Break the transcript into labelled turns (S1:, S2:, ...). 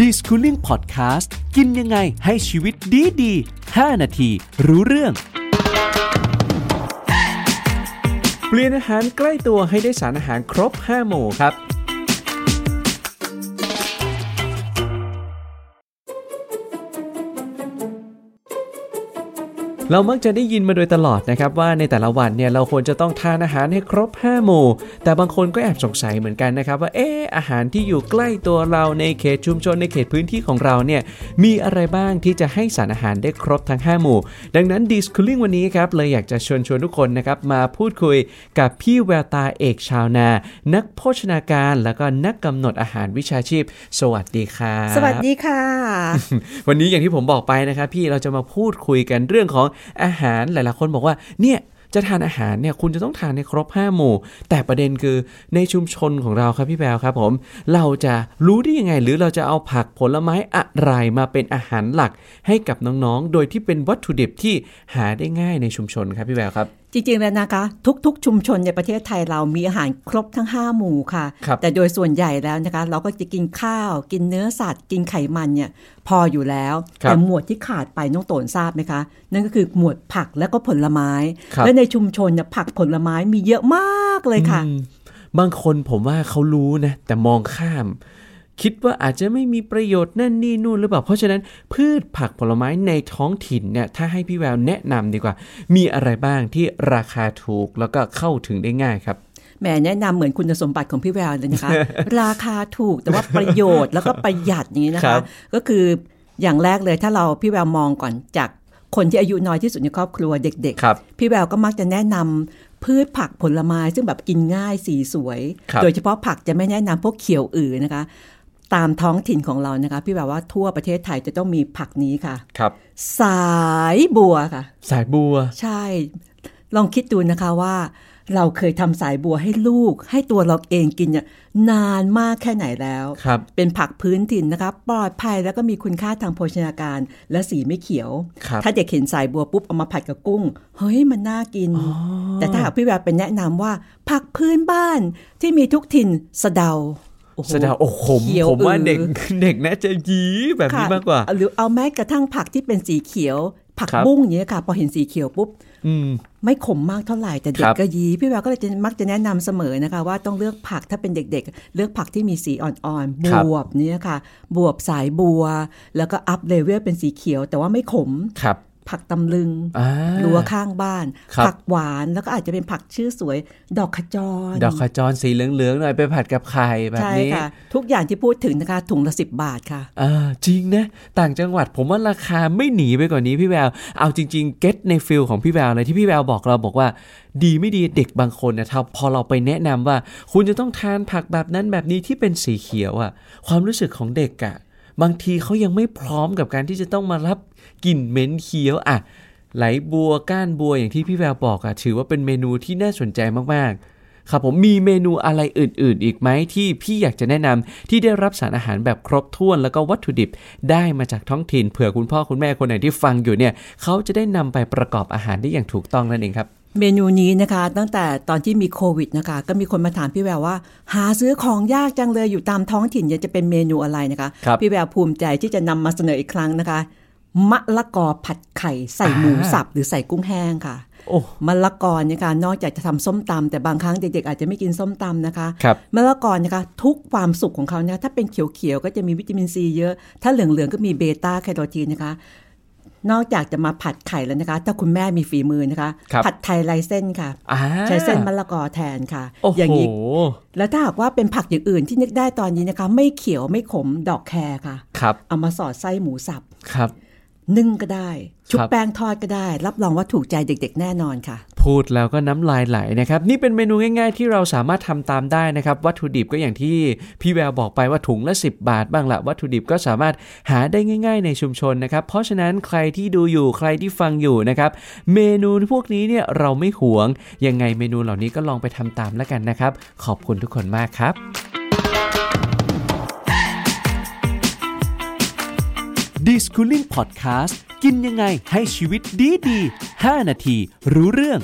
S1: d i s c o o l i n g Podcast กินยังไงให้ชีวิตดีดีๆ5นาที รู้เรื่อง
S2: เปลี่ยนอาหารใกล้ตัวให้ได้สารอาหารครบ 5 หมู่ครับ เรามักจะได้ยินมาโดยตลอดนะครับว่าในแต่ละวันเนี่ยเราควรจะต้องทานอาหารให้ครบ 5 หมู่ แต่บางคนก็แอบสงสัยเหมือนกันนะครับว่าเอออาหารที่อยู่ใกล้ตัวเราในเขตชุมชนในเขตพื้นที่ของเราเนี่ยมีอะไรบ้างที่จะให้สารอาหารได้ครบทั้ง 5 หมู่ ดังนั้นดิสคูลิ่งวันนี้ครับเลยอยากจะชวนชวนทุกคนนะครับมาพูดคุยกับพี่แววตาเอกชาวนา นักโภชนาการแล้วก็นักกำหนดอาหารวิชาชีพ สวัสดีครับ
S3: สวัสดี ค่ะ
S2: วันนี้อย่างที่ผมบอกไปนะครับพี่เราจะมาพูดคุยกันเรื่องของอาหารหลายๆคนบอกว่าเนี่ยจะทานอาหารเนี่ยคุณจะต้องทานในครบ 5 หมู่ แต่ประเด็นคือในชุมชนของเราครับพี่แววครับผม เราจะรู้ได้ยังไง หรือเราจะเอาผักผลไม้อะไรมาเป็นอาหารหลักให้กับน้องๆ โดยที่เป็นวัตถุดิบที่หาได้ง่ายในชุมชนครับพี่แววครับ
S3: จริงๆแล้วนะคะ ทุกๆ ชุมชนในประเทศไทยเรามีอาหารครบทั้ง 5 หมู่ค่ะ
S2: ครับ
S3: แต่โดยส่วนใหญ่แล้วนะคะ เราก็จะกินข้าว กินเนื้อสัตว์ กินไขมันเนี่ย พออยู่แล้ว
S2: ครับ
S3: แต่หมวดที่ขาดไปน้องโตนทราบไหมคะ นั่นก็คือหมวดผักและก็ผลไม้
S2: ครับ
S3: และในชุมชนเนี่ยผักผลไม้มีเยอะมากเลยค่ะ
S2: อืมบางคนผมว่าเขารู้นะ แต่มองข้าม คิดว่าอาจจะไม่มีประโยชน์นั่นนี่นู่นหรือเปล่า เพราะฉะนั้นพืชผักผลไม้ในท้องถิ่นเนี่ยถ้าให้พี่แววแนะนำดีกว่า มีอะไรบ้างที่ราคาถูกแล้วก็เข้าถึงได้ง่ายครับ
S3: แหมแนะนำเหมือนคุณสมบัติของพี่แววเลยนะคะ ราคาถูกแต่ว่าประโยชน์แล้วก็ประหยัดอย่างนี้นะ
S2: ครั
S3: คะ
S2: บ
S3: ก็คืออย่างแรกเลยถ้าเราพี่แววมองก่อนจากคนที่อายุน้อยที่สุดในครอบครัวเด็ก
S2: ครับ
S3: ๆ พี่แววก็มักจะแนะนำพืชผักผลไม้ซึ่งแบบกินง่ายสีสวย
S2: ครับ
S3: โดยเฉพาะผักจะไม่แนะนำพวกเขียวอือนะคะ ตามท้องถิ่นของเรานะคะ พี่แววว่าทั่วประเทศไทยจะต้องมีผักนี้ค่ะ
S2: ครับ
S3: สายบัวค่ะ
S2: สายบัว
S3: ใช่ ลองคิดดูนะคะว่า เราเคยทำสายบัวให้ลูก ให้ตัวเราเองกินเนี่ยนานมากแค่ไหนแล้ว
S2: ครับ
S3: เป็นผักพื้นถิ่นนะคะปลอดภัยแล้วก็มีคุณค่าทางโภชนาการ และสีไม่เขียว
S2: ครับ
S3: ถ้าเด็กเห็นสายบัวปุ๊บเอามาผัดกับกุ้ง เฮ้ยมันน่ากิน แต่ถ้าหากพี่แววเป็นแนะนำว่า ผักพื้นบ้านที่มีทุกถิ่นสะเดาโอ้โห
S2: แสดงโอ้โหผม
S3: เขียว
S2: ผมว่า
S3: อือ
S2: เด็ก เด็กน่าจะยี้แบบนี้
S3: ค่ะ
S2: มากกว่า
S3: หรือเอาแม้กระทั่งผักที่เป็นสีเขียว ผัก
S2: ครับ
S3: บุ้งอย่างเนี้ยค่ะ พอเห็นสีเขียวปุ๊บ
S2: อืม
S3: ไม่ขมมากเท่าไหร่แต่เด็
S2: ครั
S3: ก
S2: บ
S3: ก็ยีพี่แววก็เลยจะมักจะแนะนำเสมอนะคะ ว่าต้องเลือกผักถ้าเป็นเด็กๆ เลือกผักที่มีสีอ่อนๆ บวบเนี่ยค่ะ บวบสายบัว แล้วก็อัพเลเวลเป็นสีเขียว แต่ว่าไม่ขม
S2: ครับ
S3: ผักตำลึง
S2: อ่า
S3: รั้วข้างบ้าน
S2: ครับ
S3: ผักหวานแล้วก็อาจจะเป็นผักชื่อสวย ดอกขจร
S2: ดอกขจรสีเหลืองๆหน่อยไปผัดกับไข่แบบ
S3: ใช่
S2: นี้
S3: ค่ะ ทุกอย่างที่พูดถึงนะคะถุงละสิบบาทค่ะ
S2: อ่าจริงนะต่างจังหวัดผมว่าราคาไม่หนีไปกว่านนี้พี่แวว เอาจริงๆเก็ตในฟิลของพี่แววเลยที่พี่แววบอกเราบอกว่า ดีไม่ดีเด็กบางคนนะครับพอเราไปแนะนำว่า คุณจะต้องทานผักแบบนั้นแบบนี้ที่เป็นสีเขียวอะ่ะ ความรู้สึกของเด็กอะ่ะ บางทีเขายังไม่พร้อมกับการที่จะต้องมารับกลิ่นเหม็นเขียวอ่ะ ไหลบัวก้านบัวอย่างที่พี่แววบอกอะ่ะถือว่าเป็นเมนูที่น่าสนใจมากๆ ครับผมมีเมนูอะไรอื่น ๆ อีกไหมที่พี่อยากจะแนะนำที่ได้รับสารอาหารแบบครบถ้วนแล้วก็วัตถุดิบได้มาจากท้องถิ่นเผื่อคุณพ่อคุณแม่คนไหนที่ฟังอยู่เนี่ย เขาจะได้นำไปประกอบอาหารได้อย่างถูกต้องนั่นเองครับ
S3: เมนูนี้นะคะ ตั้งแต่ตอนที่มีโควิดนะคะ ก็มีคนมาถามพี่แววว่า หาซื้อของยากจังเลยอยู่ตามท้องถิ่นเนี่ยจะเป็นเมนูอะไรนะคะ
S2: ครับ
S3: พี่แววภูมิใจที่จะนำมาเสนออีกครั้งนะคะ มะละกอผัดไข่ใส่หมูสับหรือใส่กุ้งแห้งค่ะ
S2: โอ้
S3: มะละกอเนี่ยค่ะนอกจากจะทำส้มตำแต่บางครั้งเด็กๆอาจจะไม่กินส้มตำนะคะ
S2: ครับ
S3: มะละกอนะคะทุกความสุขของเขานะคะถ้าเป็นเขียวๆ ก็จะมีวิตามินซีเยอะ ถ้าเหลืองๆ ก็มีเบต้าแคโรทีนนะคะ นอกจากจะมาผัดไข่แล้วนะคะ ถ้าคุณแม่มีฝีมือนะคะ
S2: ครับ
S3: ผัดไทยไรเส้นค่ะ
S2: อ่า
S3: ใช้เส้นมะละกอแทนค่ะ
S2: โอ้โห
S3: อย่างนี้ แล้วถ้าหากว่าเป็นผักอย่างอื่นที่นึกได้ตอนนี้นะคะ ไม่เขียวไม่ขมดอกแครค่ะ
S2: ครับ
S3: เอามาสอดไส้หมูสับ
S2: ครับ
S3: นึ่งก็ได้ ชุบ
S2: ครับ
S3: แป้งทอดก็ได้ รับรองว่าถูกใจเด็ก ๆ แน่นอนค่ะ
S2: พูดแล้วก็น้ำลายไหลนะครับ นี่เป็นเมนูง่ายๆ ที่เราสามารถทำตามได้นะครับ วัตถุดิบก็อย่างที่พี่แววบอกไปว่าถุงละ 10 บาทบ้างละวัตถุดิบก็สามารถหาได้ง่าย ๆ ในชุมชนนะครับ เพราะฉะนั้นใครที่ดูอยู่ใครที่ฟังอยู่นะครับ เมนูพวกนี้เนี่ยเราไม่หวง ยังไงเมนูเหล่านี้ก็ลองไปทำตามแล้วกันนะครับ ขอบคุณทุกคนมากครับ
S1: d i s c o o l i n g Podcast กินยังไงให้ชีวิตดีดีๆ5นาที รู้เรื่อง